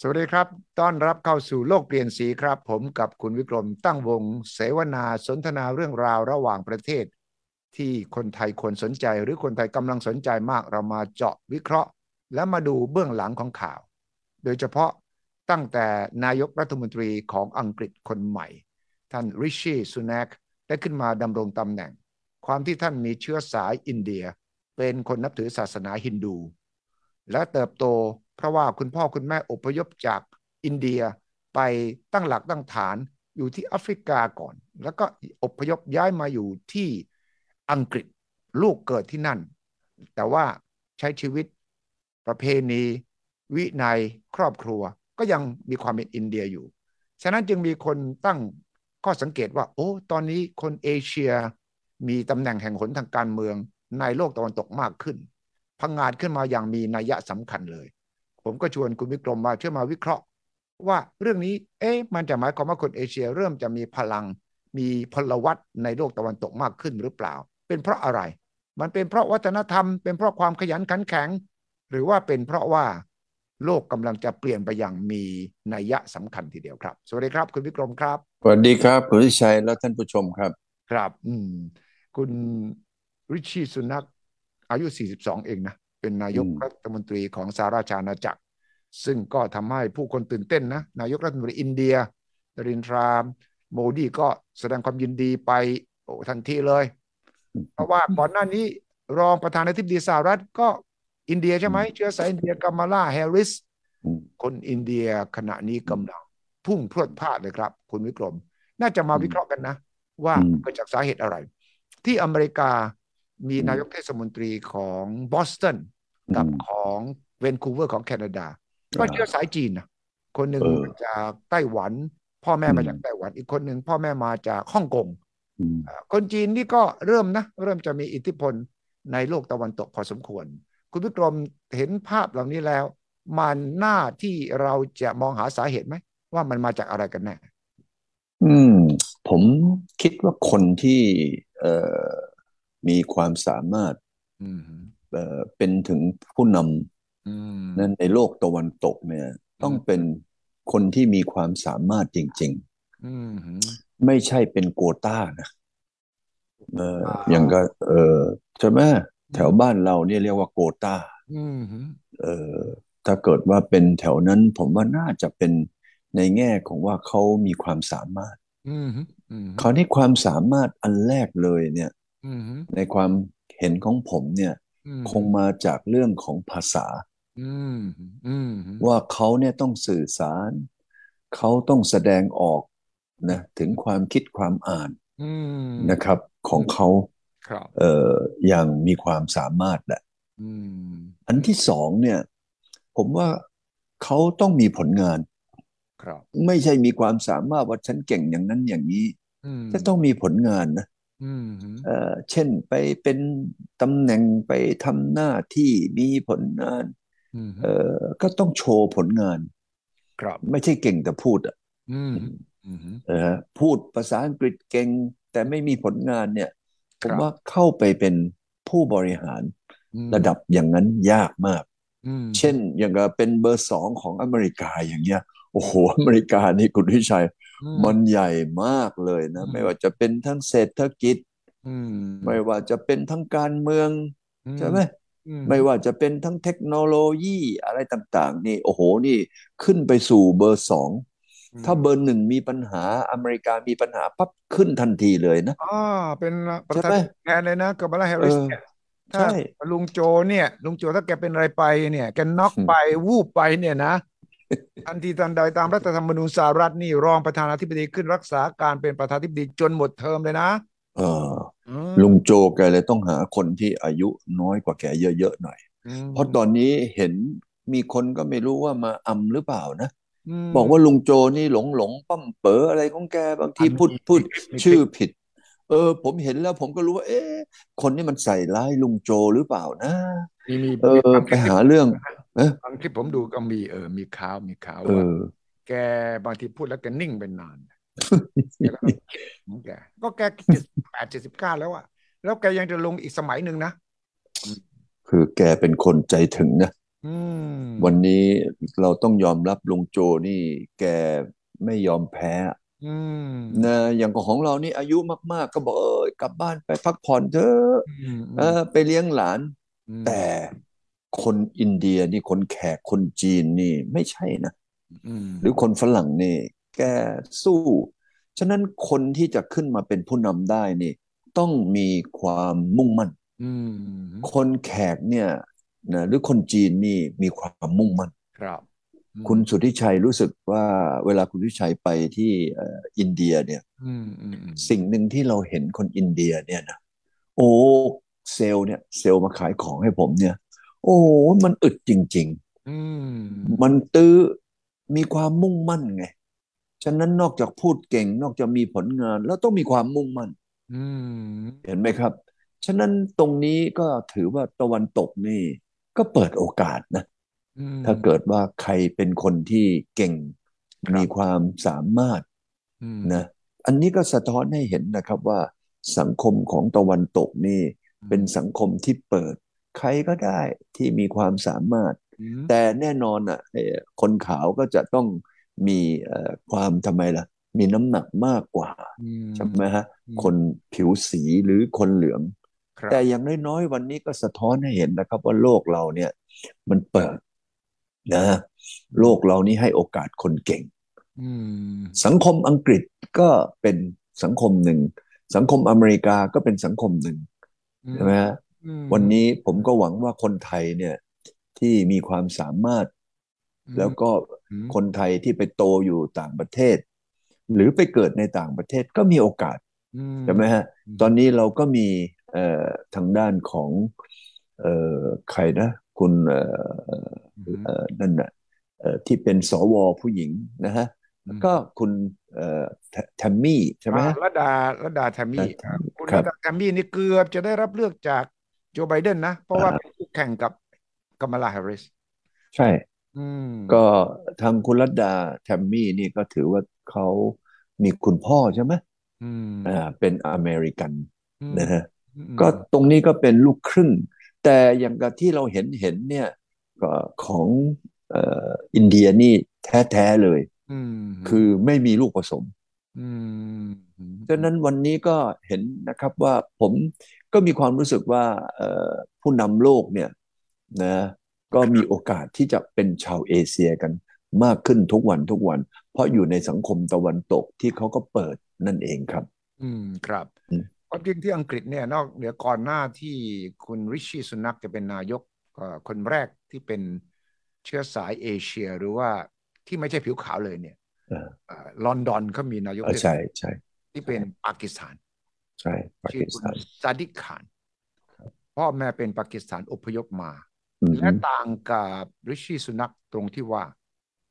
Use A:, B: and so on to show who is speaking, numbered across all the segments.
A: สวัสดีครับ ต้อนรับเข้าสู่โลกเปลี่ยนสีครับ ผมกับคุณวิกรมตั้งวง เสวนาสนทนาเรื่องราวระหว่างประเทศ ที่คนไทยควรสนใจ หรือคนไทยกำลังสนใจมากเรามาเจาะวิเคราะห์ และมาดูเบื้องหลังของข่าว โดยเฉพาะตั้งแต่นายกรัฐมนตรีของอังกฤษคนใหม่ ท่านริชีสุนักได้ขึ้นมาดำรงตำแหน่ง ความที่ท่านมีเชื้อสายอินเดีย เป็นคนนับถือศาสนาฮินดู และเติบโตเพราะว่าคุณพ่อคุณแม่อพยพจากอินเดียไปตั้งหลักตั้งฐานอยู่ที่แอฟริกาก่อน แล้วก็อพยพย้ายมาอยู่ที่อังกฤษลูกเกิดที่นั่น แต่ว่าใช้ชีวิตประเพณี วินัยครอบครัวก็ยังมีความเป็นอินเดียอยู่ ฉะนั้นจึงมีคนตั้งข้อสังเกตว่า โอ้ ตอนนี้คนเอเชีย มีตำแหน่งแห่งหนทางการเมืองในโลกตะวันตกมากขึ้น พังงาดขึ้นมาอย่างมีนัยสำคัญเลย ผมก็ชวนคุณวิกรมมาช่วยมาวิเคราะห์ ว่าเรื่องนี้เอ๊ะมันจะหมายความว่าคนเอเชียเริ่มจะมีพลัง มีพลวัตในโลกตะวันตกมากขึ้นหรือเปล่า เป็นเพราะอะไร มันเป็นเพราะวัฒนธรรม เป็นเพราะความขยันขันแข็ง หรือว่าเป็นเพราะว่าโลกกำลังจะเปลี่ยนไปอย่างมีนัยสำคัญทีเดียวครับ สวัสดีครับ คุณวิกรมครับ
B: สวัสดีครับคุณวิชัยและท่านผู้ชมครับ
A: ครับ อืม คุณริชีสุนักอายุ 42 เองนะ เป็นนายก
B: อืม
A: รัฐมนตรีของสหราชอาณาจักร ซึ่งก็ทำให้ผู้คนตื่นเต้นนะ นายกรัฐมนตรีอินเดียนรินทรามโมดีก็แสดงความยินดีไป โอ้ทันทีเลย เพราะว่าก่อนหน้านี้รองประธานาธิบดีสหรัฐก็อินเดียใช่ไหมเชื้อสายอินเดียกัมมาลาแฮร์ริส
B: อืม
A: คนอินเดียขณะนี้กำลังพุ่งพรวดพลาดเลยครับ คุณวิกรม น่าจะมา
B: อืม
A: วิเคราะห์กันนะ ว่า
B: อืม
A: เกิดจากสาเหตุอะไร ที่อเมริกามี
B: อืม
A: นายกเทศมนตรีของบอสตันกับของเวนคูเวอร์ของแคนาดา ก็เชื้อสายจีนนะคนหนึ่ง
B: เออ
A: มาจากไต้หวัน พ่อแม่มา
B: อืม
A: จากไต้หวัน อีกคนหนึ่งพ่อแม่มาจากฮ่องกง
B: อืม
A: เอ่อคนจีนนี่ก็เริ่มนะ เริ่มจะมีอิทธิพลในโลกตะวันตกพอสมควร คุณวิกรมเห็นภาพเหล่านี้แล้ว มันหน้าที่เราจะมองหาสาเหตุไหม ว่ามันมาจากอะไรกันแน่
B: อืม ผมคิดว่าคนที่เอ่อมีความสามารถ
A: อืม
B: เอ่อเป็นถึงผู้น
A: อืม
B: ำนั้นในโลกตะวันตกเนี่ย ต้องเป็นคนที่มีความสามารถจริง
A: อืม
B: ๆ ไม่ใช่เป็นโกต้านะเอ่อ
A: อ่า
B: อย่างก็เอ่อใช่ไหมแถวบ้านเราเนี่ยเรียกว่าโกต้า
A: อืม
B: เอ่อถ้าเกิดว่าเป็นแถวนั้น ผมว่าน่าจะเป็นในแง่ของว่าเขามีความสามารถ
A: อืม อืม
B: คราวนี้ความสามารถอันแรกเลยเนี่ย
A: อืม
B: ในความเห็นของผมเนี่ย
A: อืม
B: คงมาจากเรื่องของภาษา
A: อืม อืม
B: ว่าเขาเนี่ยต้องสื่อสาร เขาต้องแสดงออกนะถึงความคิดความอ่าน
A: อืม
B: นะครับ ของเขา
A: ครับ
B: เอ่ออย่างมีความสามารถแหละ
A: อืม
B: อันที่สองเนี่ย ผมว่าเขาต้องมีผลงาน
A: ครับ
B: ไม่ใช่มีความสามารถว่าฉันเก่งอย่างนั้นอย่างนี้
A: อืม
B: จะต้องมีผลงานนะ
A: อืม
B: เอ่อเช่นไปเป็นตำแหน่งไปทำหน้าที่มีผลงาน
A: อืม
B: เอ่อก็ต้องโชว์ผลงาน
A: ครับ
B: ไม่ใช่เก่งแต่พูดอะ
A: อืม อืม
B: นะฮะพูดภาษาอังกฤษเก่งแต่ไม่มีผลงานเนี่ย ผ
A: ครั
B: ม
A: บ
B: ว่าเข้าไปเป็นผู้บริหาร
A: อืม
B: ระดับอย่างนั้นยากมาก
A: อืม
B: เช่นอย่างกับเป็นเบอร์สองของอเมริกาอย่างเงี้ยโอ้โหอเมริกานี่คุณวิชัย
A: อื
B: มันใหญ่มากเลยนะ
A: อืม
B: ไม่ว่าจะเป็นทั้งเศรษฐกิจ
A: อืม
B: ไม่ว่าจะเป็นทั้งการเมืองใช่ไหม
A: อื
B: ไม่ว่าจะเป็นทั้งเทคโนโลยีอะไรต่างๆ นี่โอ้โหนี่ขึ้นไปสู่เบอร์สองถ้าเบอร์หนึ่งมีปัญหาอเมริกามีปัญหาปั๊บขึ้นทันทีเลยนะ
A: อ๋อเป็นประ
B: ใช่
A: ธา
B: ไหม
A: นาธิบดีแทนเลยนะกัมมาลาแฮร์ริสเนี่ยถ้า
B: ใช่
A: ลุงโจเนี่ยลุงโจถ้าแกเป็นอะไรไปเนี่ยแกน็อกไปวูบไปเนี่ยนะทันทีทันใดตามรัฐธรรมนูญสหรัฐนี่รองประธานาธิบดีขึ้นรักษาการเป็นประธานาธิบดีจนหมดเทอมเลยนะ
B: เออ
A: อืม
B: ลุงโจแกเลยต้องหาคนที่อายุน้อยกว่าแกเยอะๆหน่อย เพราะตอนนี้เห็นมีคนก็ไม่รู้ว่ามาอำหรือเปล่านะ
A: ม
B: บอกว่าลุงโจนี่หลงหลงปั้มเป๋ออะไรของแกบางที
A: อันนี้
B: พูดพูด
A: มีคลิปมีคลิป
B: ชื่อผิด เออ ผมเห็นแล้วผมก็รู้ว่า เอ๊ะคนนี้มันใส่ร้ายลุงโจหรือเปล่านะ
A: มีมี
B: เอ
A: มี
B: อ
A: ความ
B: ไปหาเรื่อง เอ๊ะ
A: บางที่ผมดูก็มีเออมีข่าวมีข่าว
B: เอ
A: ว่า
B: อ
A: แกบางทีพูดแล้วแกนิ่งไปนานแกก็ต้องคิดของแก ก็แกเจ็ดแปดเจ็ดสิบเก้าแล้วอะแล้วแกยังจะลงอีกสมัยหนึ่งนะ
B: คือแกเป็นคนใจถึงนะ
A: อืม
B: วันนี้เราต้องยอมรับลุงโจนี่แกไม่ยอมแพ้
A: อืม
B: นะอย่างของเรานี่อายุมากๆ ก็บอกเออกลับบ้านไปพักผ่อนเถอะ
A: อืม
B: เออไปเลี้ยงหลาน
A: อืม
B: แต่คนอินเดียนี่คนแขกคนจีนนี่ไม่ใช่นะ
A: อืม
B: หรือคนฝรั่งนี่ แกสู้ ฉะนั้นคนที่จะขึ้นมาเป็นผู้นำได้นี่ ต้องมีความมุ่งมั่น
A: อืม
B: คนแขกเนี่ยนะหรือคนจีนนี่มีความมุ่งมั่น
A: ครับ
B: คุณสุทธิชัยรู้สึกว่าเวลาคุณสุทธิชัยไปที่เอ่ออินเดียเนี่ย
A: อืมอืมอืม
B: สิ่งหนึ่งที่เราเห็นคนอินเดียเนี่ยนะโอ้เซลล์เนี่ย เซลล์มาขายของให้ผมเนี่ย โอ้มันอึดจริง
A: อืม
B: ๆ มันตื้อมีความมุ่งมั่นไง ฉะนั้นนอกจากพูดเก่งนอกจากมีผลงานแล้วต้องมีความมุ่งมั่น
A: อืม
B: เห็นไหมครับ ฉะนั้นตรงนี้ก็ถือว่าตะวันตกนี่ ก็เปิดโอกาสนะ
A: อืม
B: ถ้าเกิดว่าใครเป็นคนที่เก่ง
A: ครับ
B: มีความสามารถ
A: อืม
B: นะอันนี้ก็สะท้อนให้เห็นนะครับว่าสังคมของตะวันตกนี่
A: อืม
B: เป็นสังคมที่เปิด ใครก็ได้ที่มีความสามารถ
A: อืม
B: แต่แน่นอนอ่ะเอ่อคนขาวก็จะต้องมีเอ่อความทำไมล่ะ มีน้ำหนักมากกว่า
A: อืม
B: ใช่ไหมฮะ
A: อืม
B: คนผิวสีหรือคนเหลือง
A: ครับ
B: แต่อย่างน้อยๆวันนี้ก็สะท้อนให้เห็นนะครับว่าโลกเราเนี่ย มันเปิดนะโลกเรานี่ให้โอกาสคนเก่ง
A: อืม
B: สังคมอังกฤษก็เป็นสังคมหนึ่ง สังคมอเมริกาก็เป็นสังคมหนึ่งใช่ไหมฮะ
A: อืม
B: วันนี้ผมก็หวังว่าคนไทยเนี่ยที่มีความสามารถ
A: อืม
B: แล้วก็
A: อืม
B: คนไทยที่ไปโตอยู่ต่างประเทศ หรือไปเกิดในต่างประเทศก็มีโอกาส
A: อืม
B: ใช่ไหมฮะ
A: อืม
B: ตอนนี้เราก็มีเอ่อทางด้านของเอ่อใครนะ คุณเอ่อ
A: อืม
B: เอ่อนั่นน่ะเอ่อที่เป็นสวผู้หญิงนะฮะ
A: อืม
B: ก็คุณเอ่อแทแทมมี่ใช่ไหม
A: อ่า
B: ฮะ
A: ระดาระดาแทมมี่ครับคุณ
B: ครับ
A: ระดาแทมมี่นี่เกือบจะได้รับเลือกจากโจไบเดนนะ เพราะว่าเป็นคู่แข่งกับกัมลาแฮร์ริส
B: ใช่
A: อืม
B: ก็ทางคุณรัตดาแทมมี่นี่ก็ถือว่าเขามีคุณพ่อใช่ไหม
A: อืม
B: อ่าเป็นอเมริกัน
A: อืม
B: นะฮะ
A: อืม
B: ก็ตรงนี้ก็เป็นลูกครึ่ง แต่อย่างกับที่เราเห็นเห็นเนี่ยก็ของเอ่ออินเดียนี่แท้ๆเลย
A: อืม
B: คือไม่มีลูกผสม
A: อืม
B: ดังนั้นวันนี้ก็เห็นนะครับว่าผมก็มีความรู้สึกว่าเอ่อผู้นำโลกเนี่ยนะก็มีโอกาสที่จะเป็นชาวเอเชียกันมากขึ้นทุกวันทุกวัน เพราะอยู่ในสังคมตะวันตกที่เขาก็เปิดนั่นเองครับ
A: อืมครับ
B: อืม
A: ความจริงที่อังกฤษเนี่ยนอกเหนือก่อนหน้าที่คุณริชชี่สุนักจะเป็นนายกก็คนแรกที่เป็นเชื้อสายเอเชียหรือว่าที่ไม่ใช่ผิวขาวเลยเนี่ย
B: เออ
A: เอ่อลอนดอนเขามีนายก
B: เออใช่ใช่
A: ที่เป็นปากีสถาน
B: ใช่ปา
A: ชื่อ
B: กี
A: คุ
B: ส
A: ณ
B: ถาน
A: ซาดิกขานพ่อแม่เป็นปากีสถานอพยพมา
B: อือ
A: และ
B: ฮึ
A: ต่างกับริชีสุนักตรงที่ว่า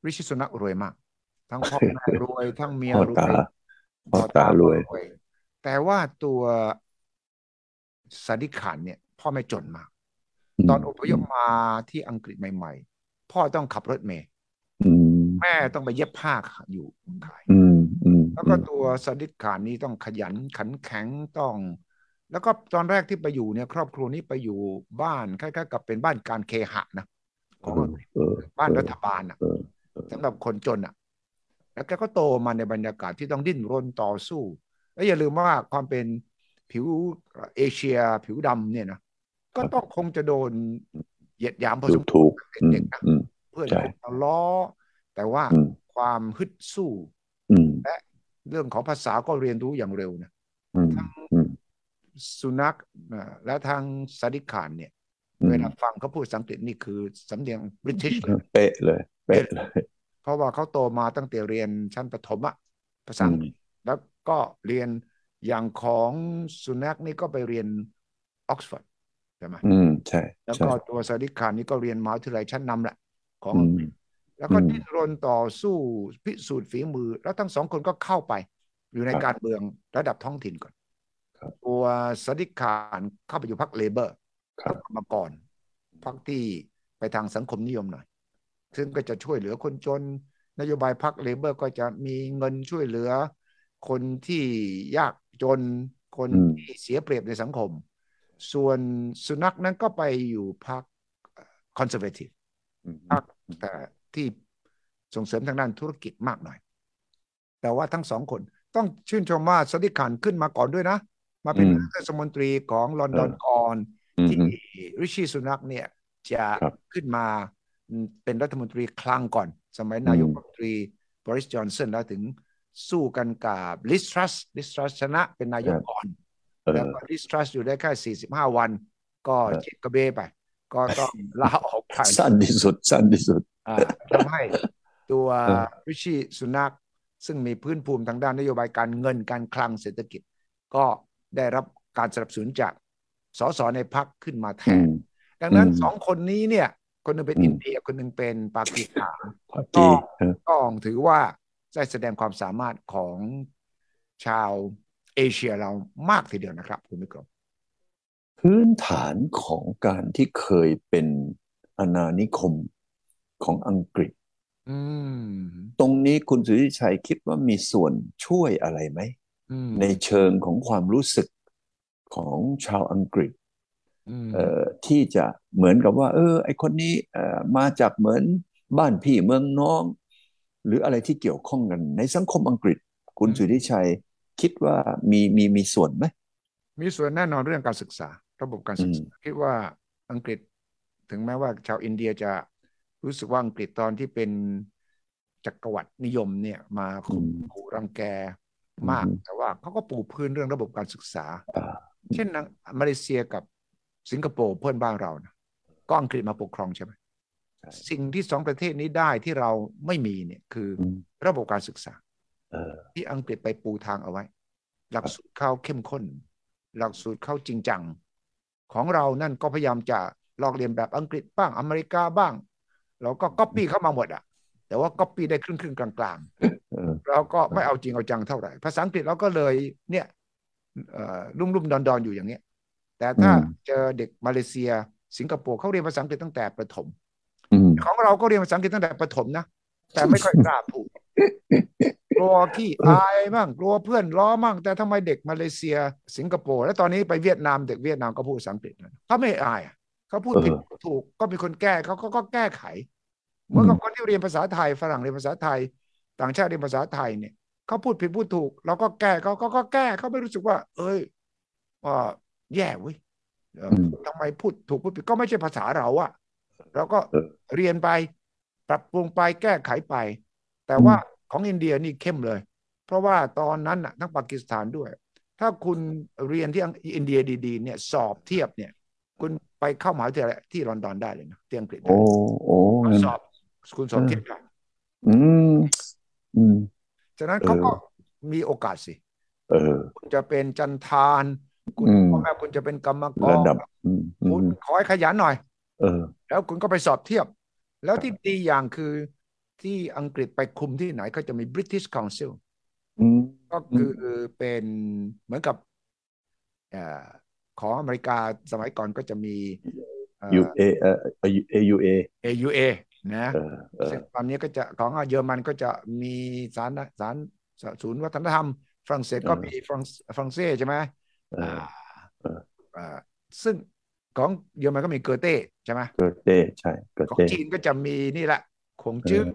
A: ริชีสุนักรวยมาก ทั้งพ่อแม่รวย ทั้งเมีย
B: พ่อ
A: รว
B: ตาย พ่อตารวย
A: พ่อตารวย แต่ว่าตัวซาดิกขานเนี่ย พ่อแม่จนมาก
B: ม
A: ตอนอพยพมาที่อังกฤษใหม่ ๆ พ่อต้องขับรถเมล์
B: อืม
A: แม่ต้องไปเย็บผ้าอยู่ขาย
B: อืมอืม
A: แล้ว
B: อื
A: ก็
B: ม
A: ตัวสดิษฐานนี้ต้องขยันขันแข็งต้อง แล้วก็ตอนแรกที่ไปอยู่เนี่ย ครอบครัวนี้ไปอยู่บ้านคล้ายๆกับเป็นบ้านการเคหะนะของอังกฤษ
B: เออ
A: บ้าน
B: เออ
A: รัฐบาลอ่ะ
B: เออเออ
A: สำหรับคนจนอ่ะ แล้วแกก็โตมาในบรรยากาศที่ต้องดิ้นรนต่อสู้ แล้วอย่าลืมว่าความเป็นผิวเอเชียผิวดำเนี่ยนะก็ต้องคงจะโดนเหยียดหยามพอ
B: ถู
A: ส
B: ก
A: มค
B: ถู
A: ว
B: ก
A: รเป็น
B: อื
A: เด็
B: ม
A: กนะ
B: อืม
A: เพื่อน
B: ใช่
A: คงจะล้อ แต่ว่า
B: อืม
A: ความฮึดสู้
B: อืม
A: เรื่องของภาษาก็เรียนรู้อย่างเร็วนะ
B: อืมอืม
A: สุนัขอ่าและทางสาดิขานเนี่ย
B: อืม
A: เวลาฟังเขาพูดสังกฤษนี่คือสำเนียงบริติชเลยนะ
B: เป๊ะเลยเป๊ะเลย
A: เพราะว่าเขาโตมาตั้งแต่เรียนชั้นประถมอะภาษา
B: อื
A: อัง
B: ม
A: กฤษแล้วก็เรียนอย่างของสุนัขนี่ก็ไปเรียนออกซฟอร์ดใช่ไหม
B: อืมใช่
A: แล้ว
B: ใช่
A: ก็ตัวสาดิขานนี่ก็เรียนมหาวิทยาลัยชั้นนำแหละ ของ
B: อื
A: อัง
B: ม
A: กฤษแล้วก็
B: อืม
A: ดิ้นรนต่อสู้พิสูจน์ฝีมือ แล้วทั้งสองคนก็เข้าไป อยู่ใน
B: ครับ
A: การเมืองระดับท้องถิ่นก่อน
B: ครับ
A: ตัวสาดิขานเข้าไปอยู่พรรคเลเบอร์พ
B: ค
A: ร
B: รั
A: ร
B: บ
A: คกรรมกรพรรคที่ไปทางสังคมนิยมหน่อย ซึ่งก็จะช่วยเหลือคนจน นโยบายพรรคเลเบอร์ก็จะมีเงินช่วยเหลือ คนที่ยากจน คน
B: อืม
A: ที่เสียเปรียบในสังคม ส่วนสุนัขนั้นก็ไปอยู่พรรคคอนเซอร์เวทีฟ
B: อืม
A: แต่ที่ส่งเสริมทางด้านธุรกิจมากหน่อย แต่ว่าทั้งสองคนต้องชื่นชมว่าสดิคันขึ้นมาก่อนด้วยนะ มาเป็น
B: อืม
A: นายกเทศมนตรีของลอนดอน
B: เออ
A: ก่อน
B: อืม
A: ที่ริชีสุนักเนี่ยจะ
B: ครับ
A: ขึ้นมาเป็นรัฐมนตรีคลังก่อน สมัยนายกรัฐมนตรีบริสจอนสันแล้วถึงสู้กันกับลิสทรัสลิสทรัสชนะเป็นนายกก่อน
B: เออ
A: แล้วก็ดิสทรัสอยู่ได้แค่45 วัน ก็
B: เออ
A: เจ็บกระเบไป ก็ต้องลาออกไป
B: สั้นที่สุด สั้นที่สุด
A: อ่าทำ ให้ตัว
B: เออ
A: ริชีสุนักซึ่งมีพื้นภูมิทางด้านนโยบายการเงินการคลังเศรษฐกิจ ก็ได้รับการสนับสนุนจากสสในพักขึ้นมาแท
B: อื
A: น
B: ม
A: ดังนั้น
B: อืม
A: สองคนนี้เนี่ย คนหนึ่งเป็น
B: อืม
A: อินเดียคนหนึ่งเป็นปากีสถาน
B: พอดีเออ
A: ต้องถือว่าได้แสดงความสามารถของชาวเอเชียเรามากทีเดียวนะครับคุณมิกรม
B: พื้นฐานของการที่เคยเป็นอาณานิคมของอังกฤษ
A: อืม
B: ตรงนี้คุณสุริชัยคิดว่ามีส่วนช่วยอะไรไหม
A: อืม
B: ในเชิงของความรู้สึกของชาวอังกฤษ
A: อืม
B: เอ่อที่จะเหมือนกับว่า เออ ไอคนนี้เอ่อมาจากเหมือนบ้านพี่เมืองน้อง หรืออะไรที่เกี่ยวข้องกัน ในสังคมอังกฤษ คุณสุทธิชัยคิดว่ามีมีมีส่วนไหม
A: มีส่วนแน่นอนเรื่องการศึกษา ระบบการศึกษา คิดว่าอังกฤษถึงแม้ว่าชาวอินเดียจะรู้สึกว่าอังกฤษตอนที่เป็นจักรวรรดินิยมเนี่ย มาข่ม
B: อืม
A: ขู่รังแกมาก
B: อืม
A: แต่ว่าเขาก็ปูพื้นเรื่องระบบการศึกษา
B: อ่า
A: เช่นนะมาเลเซียกับสิงคโปร์เพื่อนบ้านเรานะก็อังกฤษมาปกครองใช่ไหมสิ่งที่สองประเทศนี้ได้ที่เราไม่มีเนี่ยคือ
B: อืม
A: ระบบการศึกษา
B: เออ
A: ที่อังกฤษไปปูทางเอาไว้ หลักสูตรเข้าเข้มข้น หลักสูตรเข้าจริงจัง ของเรานั่นก็พยายามจะลอกเลียนแบบอังกฤษบ้างอเมริกาบ้าง เราก็ก๊อปปี้เข้ามาหมดอะแต่ว่าก๊อปปี้ได้ครึ่งครึ่งๆกลาง
B: เออ
A: ๆ เราก็ไม่เอาจริงเอาจังเท่าไหร่ ภาษาอังกฤษเราก็เลยเนี่ยเอ่อลุ่มลุ่มๆดอนดอนๆอยู่อย่างเงี้ย แต่ถ้า
B: อืม
A: เจอเด็กมาเลเซีย สิงคโปร์เขาเรียนภาษาอังกฤษตั้งแต่ประถม
B: อืม
A: ของเราก็เรียนภาษาอังกฤษตั้งแต่ประถมนะ แต่ไม่ค่อยกล้า พูด กลัวขี้อายมั่งกลัวเพื่อนล้อมั่งแต่ทำไมเด็กมาเลเซีย สิงคโปร์และตอนนี้ไปเวียดนามเด็กเวียดนามก็พูดภาษาอังกฤษนะเขาไม่อายอะเขาพูดผิด
B: เออ
A: ถูกก็มีคนแก้เขาก็ก็แก้ไข เหมือนกับคนที่เรียนภาษาไทยฝรั่งเรียนภาษาไทย ต่างชาติเรียนภาษาไทยเนี่ยเขาพูดผิดพูดถูกเราก็แก้เขาก็ก็แก้เขาไม่รู้สึกว่า เอ้ยว่าแย่เว้ยเอออ
B: ม
A: ทำไมพูดถูกพูดผิดก็ไม่ใช่ภาษาเราอะ เราก็
B: เออ
A: เรียนไป ปรับปรุงไปแก้ไขไป แต่
B: อืม
A: ว่าของอินเดียนี่เข้มเลย เพราะว่าตอนนั้นน่ะทั้งปากีสถานด้วย ถ้าคุณเรียนที่อังอินเดียดีๆเนี่ยสอบเทียบเนี่ย คุณไปเข้ามหาวิทยาลัยที่ลอนดอนได้เลยนะที่อังกฤษได้
B: โอ้โอ้งั้น
A: สอบคุณสอบเทียบได้
B: อืมอืม
A: ฉะนั้น
B: เออ
A: เขาก็มีโอกาสสิ
B: เออ
A: คุณจะเป็นจันทาน คุณ
B: อืม
A: พ่อแม่คุณจะเป็นกรรมก
B: ระ
A: ร
B: ดับ อืมอื
A: คุณ
B: ม
A: ขอให้ขยันหน่อย
B: เออ
A: แล้วคุณก็ไปสอบเทียบ แล้วที่ดีอย่างคือที่อังกฤษไปคุมที่ไหนก็จะมี British Council
B: อืม
A: ก็คืออเป็นเหมือนกับเออของอเมริกาสมัยก่อนก็จะมีเอ่อ
B: U A เอ่อ U A
A: AUA นะ
B: เออเออ
A: ซึ่งตอนนี้ก็จะของเยอรมันก็จะมีศาลศาลศูนย์วัฒนธรรม ฝรั่งเศสก็
B: เออ
A: มีฝรั่งฝรั่งเศสใช่ไหม
B: เออ เออ
A: เอ่อซึ่งของเยอรมันก็มีเกอเต้ใช่ไหม
B: เกิดเต้ใช่เกิด
A: ของ
B: เต้
A: จีนก็จะมีนี่แหละคงจื้อ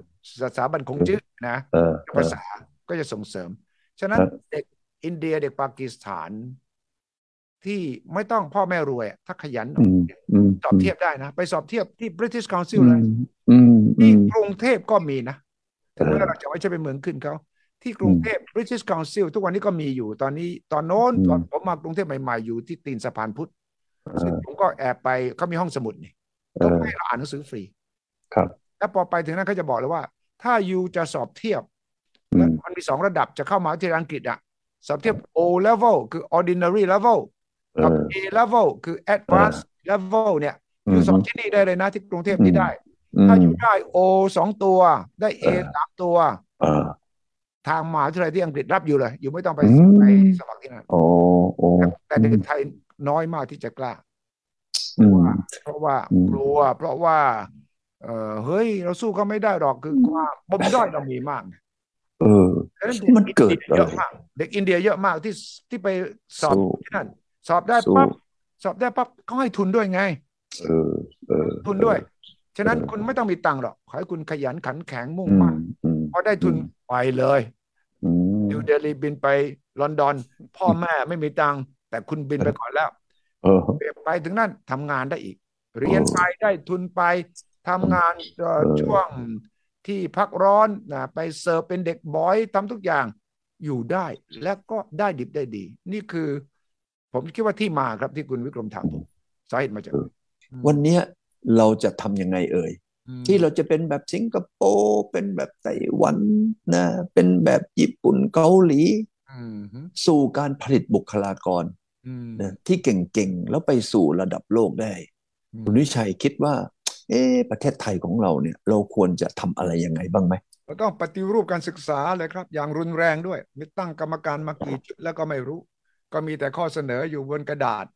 A: สถาบันคงจื้อนะ
B: เออเอ
A: ภา
B: อ
A: ษาก็จะส่งเสริม ฉะนั้น
B: ครับ
A: เด็กอินเดียเด็กปากีสถาน ที่ไม่ต้องพ่อแม่รวยอะถ้าขยันหน่อ
B: อื
A: ย
B: มอืม
A: สอบเทียบได้นะ ไปสอบเทียบที่ British
B: อื
A: Council
B: ม
A: เลย
B: อืมอื
A: ที่
B: ม
A: กรุงเทพก็มีนะถึง
B: เออ
A: แม้เราจะไม่ใช่เป็นเมืองขึ้นเขาที่กรุงเทพ British Council ทุกวันนี้ก็มีอยู่ตอนนี้ตอนโน้น
B: อืม
A: ตอนผมมากรุงเทพใหม่ๆอยู่ที่ตีนสะพานพุทธ
B: เอ
A: ซึ่ง
B: อ
A: ผมก็แอบไปเขามีห้องสมุดนี่
B: เอ
A: เขา
B: อ
A: ให้เราอ่านหนังสือฟรี
B: ครับ
A: แล้วพอไปถึงนั้นเขาจะบอกเลยว่า ถ้ายูจะสอบเทียบ
B: อืม
A: มันมีสองระดับจะเข้ามหาวิทยาลัยอังกฤษอะสอบเทียบ O level คือ ordinary level
B: เอ
A: กับ
B: อ
A: A level คือ advanced level เนี่ย
B: อื
A: อยู่
B: ม
A: สอบที่นี่ได้เลยนะที่กรุงเทพนี่ได้
B: อืม
A: ถ้าอยู่ได้ O สองตัวได้ A
B: เออ
A: สามตัว
B: เออ
A: ทางมหาวิทยาลัยที่อังกฤษรับอยู่เลย อยู่ไม่ต้องไป
B: อืม
A: ไปสมัครที่นั่น
B: โอ้โอ้
A: แต่เด็กไทยน้อยมากที่จะกล้า
B: อืม
A: เพราะว่า
B: อืม
A: กลัว เพราะว่า เออเฮ้ย เราสู้เขาไม่ได้หรอกคือความปมด้อยเรามีมากนะ
B: เออ
A: ฉะนั้น
B: มันเกิด
A: เยอะ
B: อะไร
A: มาก เด็กอินเดียเยอะมากที่ที่ไปสอบ
B: สู้
A: ที่นั่นสอบได้
B: สู้
A: ปั๊บสอบได้ปั๊บเขาให้ทุนด้วยไง
B: เออเออ
A: ทุนด้วย ฉะนั้นคุณไม่ต้องมีตังค์หรอก ขอให้คุณขยันขันแข็งมุ่ง
B: อื
A: มั่
B: ม
A: น
B: อืม
A: พอได้ทุนไปเลย
B: อืม
A: นิวเดลีบินไปลอนดอน พ่อแม่ไม่มีตังค์แต่คุณบินไปก่อนแล้ว
B: เออ
A: ไปถึงนั่นทำงานได้อีก เรียนไปได้ทุนไปทำงานเอ่อ
B: เออ
A: ช่วงที่พักร้อนนะไปเสิร์ฟเป็นเด็กบอยทำทุกอย่างอยู่ได้และก็ได้ดิบได้ดี นี่คือ ผมคิดว่าที่มาครับที่คุณวิกรมถามผมสาเหตุมาจาก
B: วันเนี้ยเราจะทำยังไงเอ่ย
A: อืม
B: ที่เราจะเป็นแบบสิงคโปร์เป็นแบบไต้หวันนะเป็นแบบญี่ปุ่นเกาหลี
A: อืมฮึ
B: สู่การผลิตบุคลากร
A: อืม
B: นะที่เก่งๆ แล้วไปสู่ระดับโลกได้
A: อืม
B: คุณวิชัยคิดว่า เอ๊ะประเทศไทยของเราเนี่ย เราควรจะทำอะไรยังไงบ้างไหม
A: เราต้องปฏิรูปการศึกษาเลยครับ อย่างรุนแรงด้วยมีตั้งกรรมการมากี่ชุดแล้วก็ไม่รู้ ก็มีแต่ข้อเสนออยู่บนกระดาษ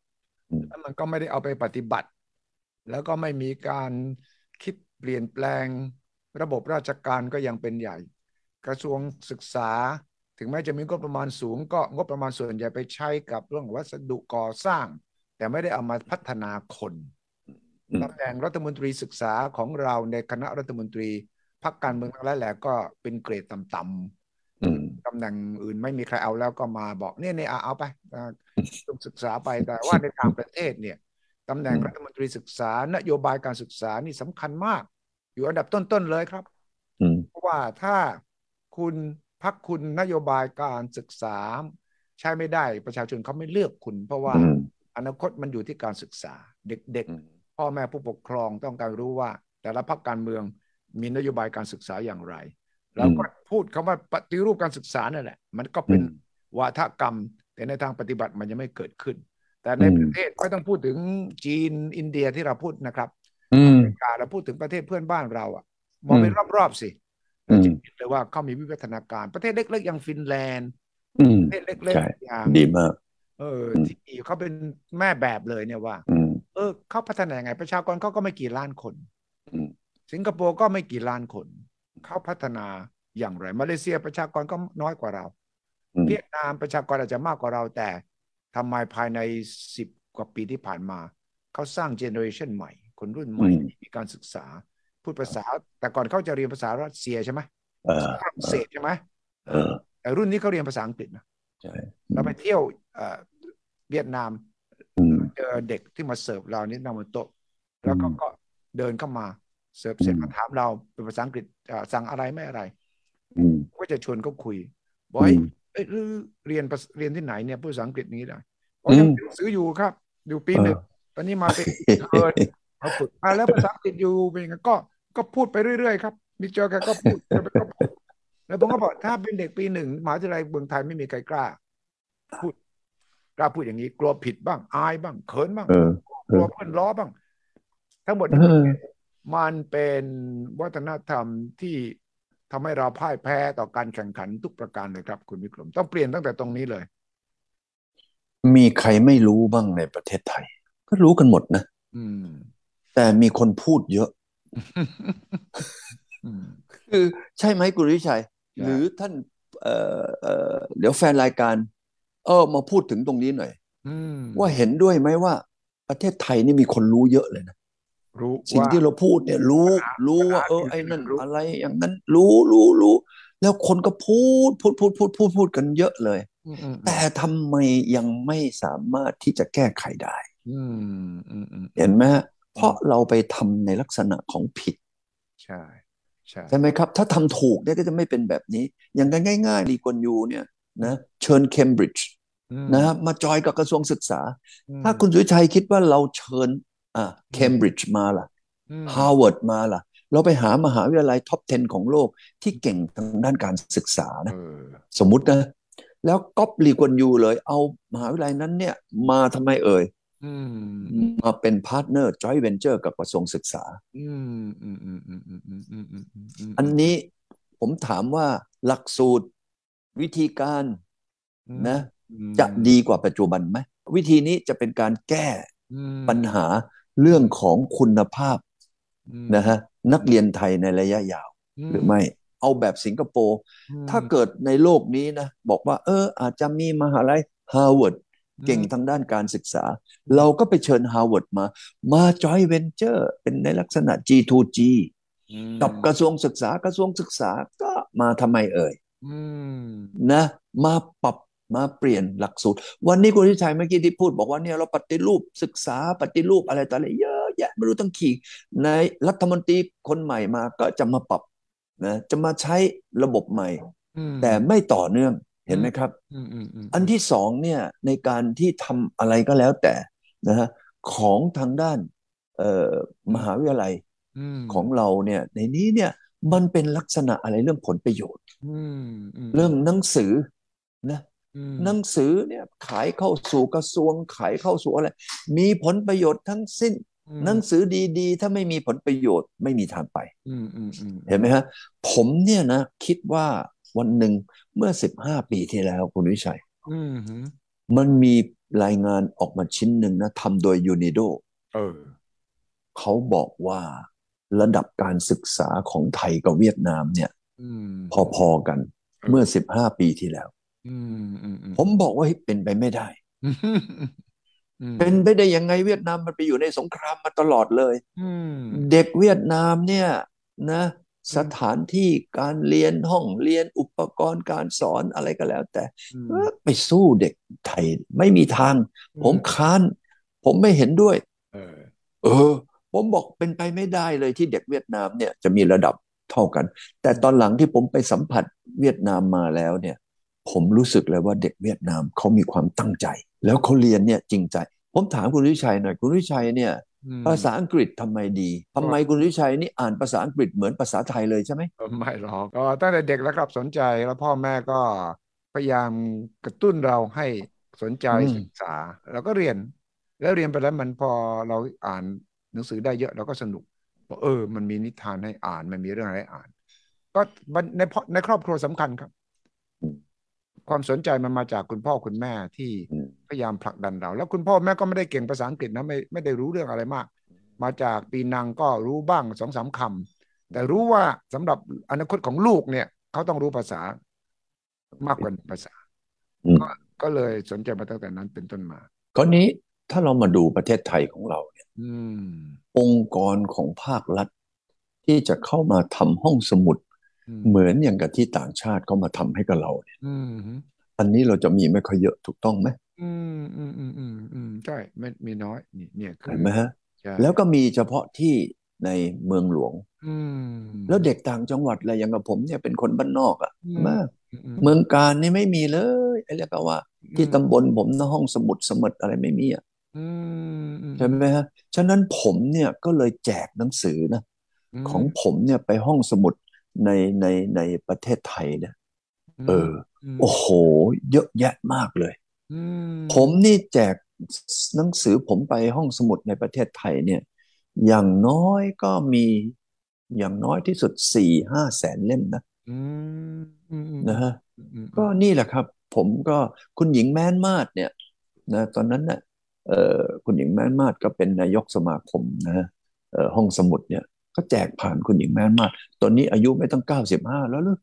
A: แล้วมันก็ไม่ได้เอาไปปฏิบัติ แล้วก็ไม่มีการคิดเปลี่ยนแปลง ระบบราชการก็ยังเป็นใหญ่ กระทรวงศึกษา ถึงแม้จะมีงบประมาณสูง ก็งบประมาณส่วนใหญ่ไปใช้กับเรื่องวัสดุก่อสร้าง แต่ไม่ได้เอามาพัฒนาคน ตำแหน่งรัฐมนตรีศึกษาของเราในคณะรัฐมนตรีพักการเมืองทั้งหลายแหละก็เป็นเกรดต่ำ
B: อืม
A: ๆตำแหน่งอื่นไม่มีใครเอาแล้วก็มาบอกเนี่ยเนี่ยเอาไปอ่าต้องศึกษาไปแต่ว่าในต่างประเทศเนี่ยตำแหน่งรัฐมนตรีศึกษานโยบายการศึกษานี่สำคัญมาก อยู่อันดับต้นๆเลยครับ
B: อืม
A: เพราะว่าถ้าคุณพักคุณนโยบายการศึกษา ใช้ไม่ได้ประชาชนเขาไม่เลือกคุณ เพราะว่า
B: อืม
A: อนาคตมันอยู่ที่การศึกษาเด็ก
B: อืม
A: ๆ พ่อแม่ผู้ปกครองต้องการรู้ว่า แต่ละพรรคการเมืองมีนโยบายการศึกษาอย่างไร แล้วก็พูดคำว่าปฏิรูปการศึกษานั่นแหละ มันก็เป็น
B: อืม
A: วาทกรรม แต่ในทางปฏิบัติมันยังไม่เกิดขึ้น แต่ใน
B: อืม
A: ประเทศไม่ต้องพูดถึงจีนอินเดียที่เราพูดนะครับ
B: อืม
A: กาเราพูดถึงประเทศเพื่อนบ้านเราอะมองไป
B: อืม
A: รอบๆสิ
B: อืม
A: จะเห็นเลยว่าเขามีวิวัฒนาการ ประเทศเล็กๆ อย่างฟินแลนด์
B: อืม
A: ประเทศเล็ก
B: ใช่
A: ๆอย่าง
B: ดีมาก
A: เออ
B: อืม
A: ที่เขาเป็นแม่แบบเลยเนี่ยว่า
B: อืม
A: เออเขาพัฒนายังไง ประชากรเขาก็ไม่กี่ล้านคน
B: อืม
A: สิงคโปร์ก็ไม่กี่ล้านคนเขาพัฒนาอย่างไร มาเลเซียประชากรก็น้อยกว่าเรา
B: อืม
A: เวียดนามประชากรอาจจะมากกว่าเราแต่ทำไมภายในสิบกว่าปีที่ผ่านมา เขาสร้างเจเนอเรชันใหม่ คนรุ่นใหม่
B: อืม
A: ที่มีการศึกษา พูดภาษา แต่ก่อนเขาจะเรียนภาษารัสเซียใช่ไหม
B: เออ
A: ฝรั่งเศสใช่ไหม
B: เออ
A: แต่รุ่นนี้เขาเรียนภาษาอังกฤษนะ
B: ใช่
A: เราไปเที่ยวเอ่อเวียดนาม
B: อืม
A: เจอเด็กที่มาเสิร์ฟเรานี่นั่งบนโต๊ะแล้วก็
B: อืม
A: ก็เดินเข้ามาเสิร์ฟเสร็จ
B: อืม
A: มาถามเราเป็นภาษาอังกฤษเอ่อสั่งอะไรไม่อะไร
B: อืม
A: ก็จะชวนเขาคุยบอก
B: อื
A: เอ้ย
B: ม
A: เอ้ยหรือเรียนภาษาเรียนที่ไหนเนี่ยพูดภาษาอังกฤษนี้ได้บอก
B: อืม
A: ยังเรียนหนังสืออยู่ครับ อยู่ปี
B: เออ
A: หนึ่งตอนนี้มาเป็น เออ มาฝึกอ่ะแล้วภาษาอังกฤษอยู่เป็นยังไงก็ก็พูดไปเรื่อยๆครับมีเจอกันก็พูดเจอกันก็พูดแล้วผมก็บอกถ้าเป็นเด็กปีหนึ่งมหาวิทยาลัยเมืองไทยไม่มีใครกล้าพูดกล้าพูดอย่างนี้ กลัวผิดบ้างอายบ้างเขินบ้าง
B: เออ
A: กลัวเพื่อนล้อบ้าง ทั้งหมด
B: เอ
A: นี้
B: อ
A: มันเป็นวัฒนธรรมที่ทำให้เราพ่ายแพ้ต่อการแข่งขันทุกประการเลยครับ คุณวิกรมต้องเปลี่ยนตั้งแต่ตรงนี้เลย
B: มีใครไม่รู้บ้างในประเทศไทย ก็รู้กันหมดนะ
A: อืม
B: แต่มีคนพูดเยอะ
A: อืม
B: คือใช่ไหมคุณวิชัย
A: ใช่
B: หรือท่านเอ่อเอ่อเดี๋ยวแฟนรายการ เออมาพูดถึงตรงนี้หน่อย
A: อืม
B: ว่าเห็นด้วยไหมว่า ประเทศไทยนี่มีคนรู้เยอะเลยนะ
A: รู้
B: สิ่ง
A: ว่า
B: ที่เราพูดเนี่ยรู้
A: ปัญหา
B: รู้
A: ปัญ
B: ว่า
A: หา
B: เออไอ้นั่น
A: รู้
B: อะไรอย่างนั้นรู้รู้รู้ แล้วคนก็พูดพูดพูดพูดพูดพูดกันเยอะเลย
A: อืมอืม
B: แต่ทำไมยังไม่สามารถที่จะแก้ไขได้
A: อืมอืมอืม
B: เห็นไหมฮะเพราะเราไปทำในลักษณะของผิด
A: ใช่ใช่
B: ใช่ไหมครับ ถ้าทำถูกเนี่ยก็จะไม่เป็นแบบนี้ อย่างกันง่ายๆ ดีกวนยูเนี่ยนะเชิญเคมบริดจ์
A: อืม
B: นะมาจอยกับกระทรวงศึกษา
A: อืม
B: ถ้าคุณสุวิชัยคิดว่าเราเชิญอ่าเคมบริดจ์มาล่ะ
A: อืม
B: ฮาร์วาร์ดมาล่ะ เราไปหามหาวิทยาลัยท็อป 10 ของโลกที่เก่งทางด้านการศึกษา
A: เอ
B: นะ
A: อ
B: สมมุตินะ แล้วก๊อปลีกวนยูเลย เอามหาวิทยาลัยนั้นเนี่ย มาทำไมเอ่ย
A: อืม
B: มาเป็นพาร์ทเนอร์จอยเวนเจอร์กับกระทรวงศึกษา
A: อืมอืมอืมอืมอืมอืมอืมอืมอืมอืม
B: อันนี้ผมถามว่าหลักสูตรวิธีการนะ
A: อืม
B: จะดีกว่าปัจจุบันไหม วิธีนี้จะเป็นการแก้
A: อืม
B: ปัญหาเรื่องของคุณภาพ
A: อืม
B: นะฮะนักเรียนไทยในระยะยาว หรือไม่เอาแบบสิงคโปร์
A: อืม
B: ถ้าเกิดในโลกนี้นะ บอกว่า เออ อาจจะมีมหาลัยฮาร์วาร์ด
A: อืม
B: เก่งทางด้านการศึกษา เราก็ไปเชิญฮาร์วาร์ดมา มาจอยเวนเจอร์เป็นในลักษณะ G2G กับกระทรวงศึกษากระทรวงศึกษาก็มาทำไมเอ่ย
A: อืม
B: นะมาปรับมาเปลี่ยนหลักสูตร วันนี้คุณทิชัยเมื่อกี้ที่พูดบอกว่าเนี่ยเราปฏิรูปศึกษาปฏิรูปอะไรต่ออะไรเยอะแยะไม่รู้ตั้งขี่ในายรัฐมนตรีคนใหม่มาก็จะมาปรับนะจะมาใช้ระบบใหม่
A: อืม
B: แต่ไม่ต่อเนื่องเห็นไหมครับ
A: อืมอืมม
B: อันที่สองเนี่ยในการที่ทำอะไรก็แล้วแต่นะฮะของทางด้านเอ่อมหาวิทยาลัย
A: ม
B: ของเราเนี่ยในนี้เนี่ยมันเป็นลักษณะอะไรเรื่องผลประโยชน์
A: อืมอืม
B: เรื่องหนังสือนะ
A: อืม
B: หนังสือเนี่ยขายเข้าสู่กระทรวงขายเข้าสู่อะไร มีผลประโยชน์ทั้งสิ้น
A: อืม
B: หนังสือดีๆ ถ้าไม่มีผลประโยชน์ไม่มีทางไป
A: อืมอืมอืม
B: เห็นไหมฮะ ผมเนี่ยนะ คิดว่าวันหนึ่งเมื่อ 15 ปีที่แล้วคุณวิชัย
A: อืมอืม
B: มันมีรายงานออกมาชิ้นหนึ่งนะทำโดยยูนิโด
A: เออ
B: เขาบอกว่าระดับการศึกษาของไทยกับเวียดนามเนี่ย
A: อืม
B: พอๆกันเมื่อ 15 ปีที่แล้ว
A: อืมอืมอืม
B: ผมบอกว่าเฮ้ยเป็นไปไม่ได้
A: อืมอืม
B: เป็นไปได้ยังไงเวียดนามมันไปอยู่ในสงครามมาตลอดเลย
A: อืม
B: เด็กเวียดนามเนี่ยนะ
A: ม
B: สถานที่การเรียนห้องเรียนอุปกรณ์การสอนอะไรก็แล้ว แต่
A: อืม
B: เอ้อไปสู้เด็กไทยไม่มีทาง ผมค้าน ผมไม่เห็นด้วย
A: เออ
B: เออ ผมบอกเป็นไปไม่ได้เลยที่เด็กเวียดนามเนี่ยจะมีระดับเท่ากัน แต่ตอนหลังที่ผมไปสัมผัสเวียดนามมาแล้วเนี่ย ผมรู้สึกเลยว่าเด็กเวียดนามเขามีความตั้งใจ แล้วเขาเรียนเนี่ยจริงใจ ผมถามคุณวิชัยหน่อยคุณวิชัยเนี่ย
A: อืม
B: ภาษาอังกฤษทำไมดีทำไมคุณวิชัยนี่อ่านภาษาอังกฤษเหมือนภาษาไทยเลยใช่ไหม
A: เออไม่หรอกก็ตั้งแต่เด็กแล้วครับสนใจแล้วพ่อแม่ก็พยายามกระตุ้นเราให้สนใจศึกษา แล้วก็เรียน แล้วเรียนไปแล้วมันพอเราอ่านหนังสือได้เยอะเราก็สนุกบอกเออ มันมีนิทานให้อ่านมันมีเรื่องอะไรให้อ่าน ก็มันในพ่อในครอบครัวสำคัญครับ ความสนใจมันมาจากคุณพ่อคุณแม่ที่
B: อืม
A: พยายามผลักดันเรา แล้วคุณพ่อแม่ก็ไม่ได้เก่งภาษาอังกฤษนะไม่ไม่ได้รู้เรื่องอะไรมาก มาจากปีนังก็รู้บ้างสองสามคำแต่รู้ว่าสำหรับอนาคตของลูกเนี่ย เขาต้องรู้ภาษามากกว่าหนึ่งภาษา
B: อืม
A: ก็เลยสนใจมาตั้งแต่นั้นเป็นต้นมา
B: คราวนี้ถ้าเรามาดูประเทศไทยของเราเนี่ย
A: อืม
B: องค์กรของภาครัฐ ที่จะเข้ามาทำห้องสมุด
A: อืม
B: เหมือนอย่างกับที่ต่างชาติเขามาทำให้กับเราเนี่ย
A: อืม
B: อันนี้เราจะมีไม่ค่อยเยอะถูกต้องไหม
A: อืมอืมอืมอืมอืมใช่ไม่มีน้อยนี่เนี่ยคื
B: เห็
A: อน
B: ไหมฮะ
A: ใช่
B: แล้วก็มีเฉพาะที่ในเมืองหลวง
A: อืม
B: แล้วเด็กต่างจังหวัดอะไรอย่างกับผมเนี่ยเป็นคนบ้านนอกอะ
A: อื
B: มาก
A: อื
B: เมืองการนี่ไม่มีเลยไอ้เรียกว่า ที่ตำบลผมนะห้องสมุดสมุดอะไรไม่มีอะ
A: อืมอืม
B: ใช่ไหมฮะฉะนั้นผมเนี่ยก็เลยแจกหนังสือนะ
A: ม
B: ของผมเนี่ยไปห้องสมุดในในในประเทศไทยเนี่ยเออ
A: ม
B: โอ้โห เยอะแยะมากเลย
A: อื
B: ผมนี่แจกหนังสือผมไปห้องสมุดในประเทศไทยเนี่ย อย่างน้อยก็มีอย่างน้อยที่สุดสี่ห้าแสนเล่มนะ
A: อืมอืมอืม
B: นะฮะ
A: อืม
B: ก็นี่แหละครับ ผมก็คุณหญิงแม้นมาศเนี่ยนะตอนนั้นน่ะเอ่อคุณหญิงแม้นมาศก็เป็นนายกสมาคมนะฮะเอ่อห้องสมุดเนี่ยก็แจกผ่านคุณหญิงแม้นมาศตอนนี้อายุไม่ต้องเก้าสิบห้าแล้วหรือ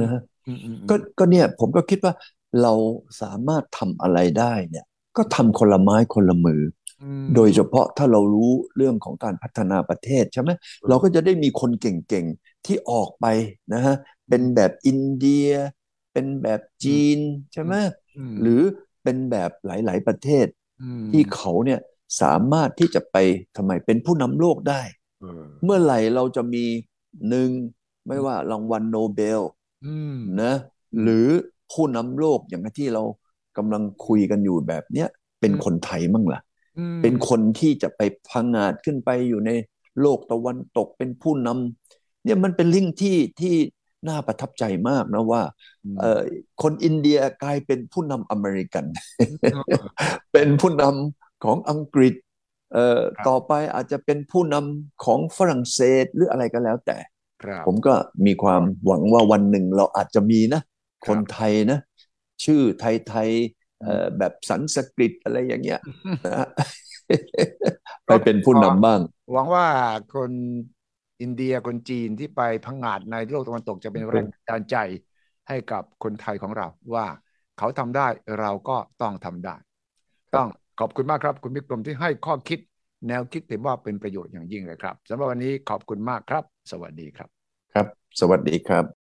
B: นะฮะ
A: อืมอืม
B: ก็ก็เนี่ยผมก็คิดว่าเราสามารถทำอะไรได้เนี่ย ก็ทำคนละไม้คนละมือ
A: อืม
B: โดยเฉพาะถ้าเรารู้เรื่องของการพัฒนาประเทศใช่ไหมเราก็จะได้มีคนเก่งๆ ที่ออกไปนะฮะเป็นแบบอินเดีย เป็นแบบจีนใช่ไหม
A: ม
B: หรือเป็นแบบหลายๆประเทศ
A: ม
B: ที่เขาเนี่ยสามารถที่จะไปทำไมเป็นผู้นำโลกได้
A: เออ
B: เมื่อไหร่เราจะมีหนึ่งไม่ว่ารางวัลโนเบล
A: อืม
B: นะ
A: อืม
B: หรือผู้นำโลกอย่างที่เรากำลังคุยกันอยู่แบบเนี้ยเป็น
A: อืม
B: คนไทยมั่งล่ะ
A: อืม
B: เป็นคนที่จะไปพังงาดขึ้นไปอยู่ในโลกตะวันตกเป็นผู้นำเนี่ยมันเป็นลิงก์ที่ที่น่าประทับใจมากนะว่าเอ่อคนอินเดียกลายเป็นผู้นำอเมริกัน เป็นผู้นำของอังกฤษเอ่อต่อไปอาจจะเป็นผู้นำของฝรั่งเศสหรืออะไรก็แล้วแต่
A: ครับ
B: ผมก็มีความหวังว่าวันหนึ่งเราอาจจะมีนะ คนไทยนะ ชื่อไทยไทยๆเอ่อแบบสันสกฤตอะไรอย่างเงี้ยนะ ฮะ ไปเป็นผู้นำบ้าง
A: หวังว่าคนอินเดียคนจีนที่ไปพังงาดในโลกตะวันตกจะเป็นแรงบันดาลใจให้กับคนไทยของเรา ว่าเขาทำได้เราก็ต้องทำได้ ต้องขอบคุณมากครับ คุณวิกรมที่ให้ข้อคิด แนวคิดถือว่าเป็นประโยชน์อย่างยิ่งเลยครับสำหรับวันนี้ขอบคุณมากครับ สวัสดีครับ
B: ครับ สวัสดีครับ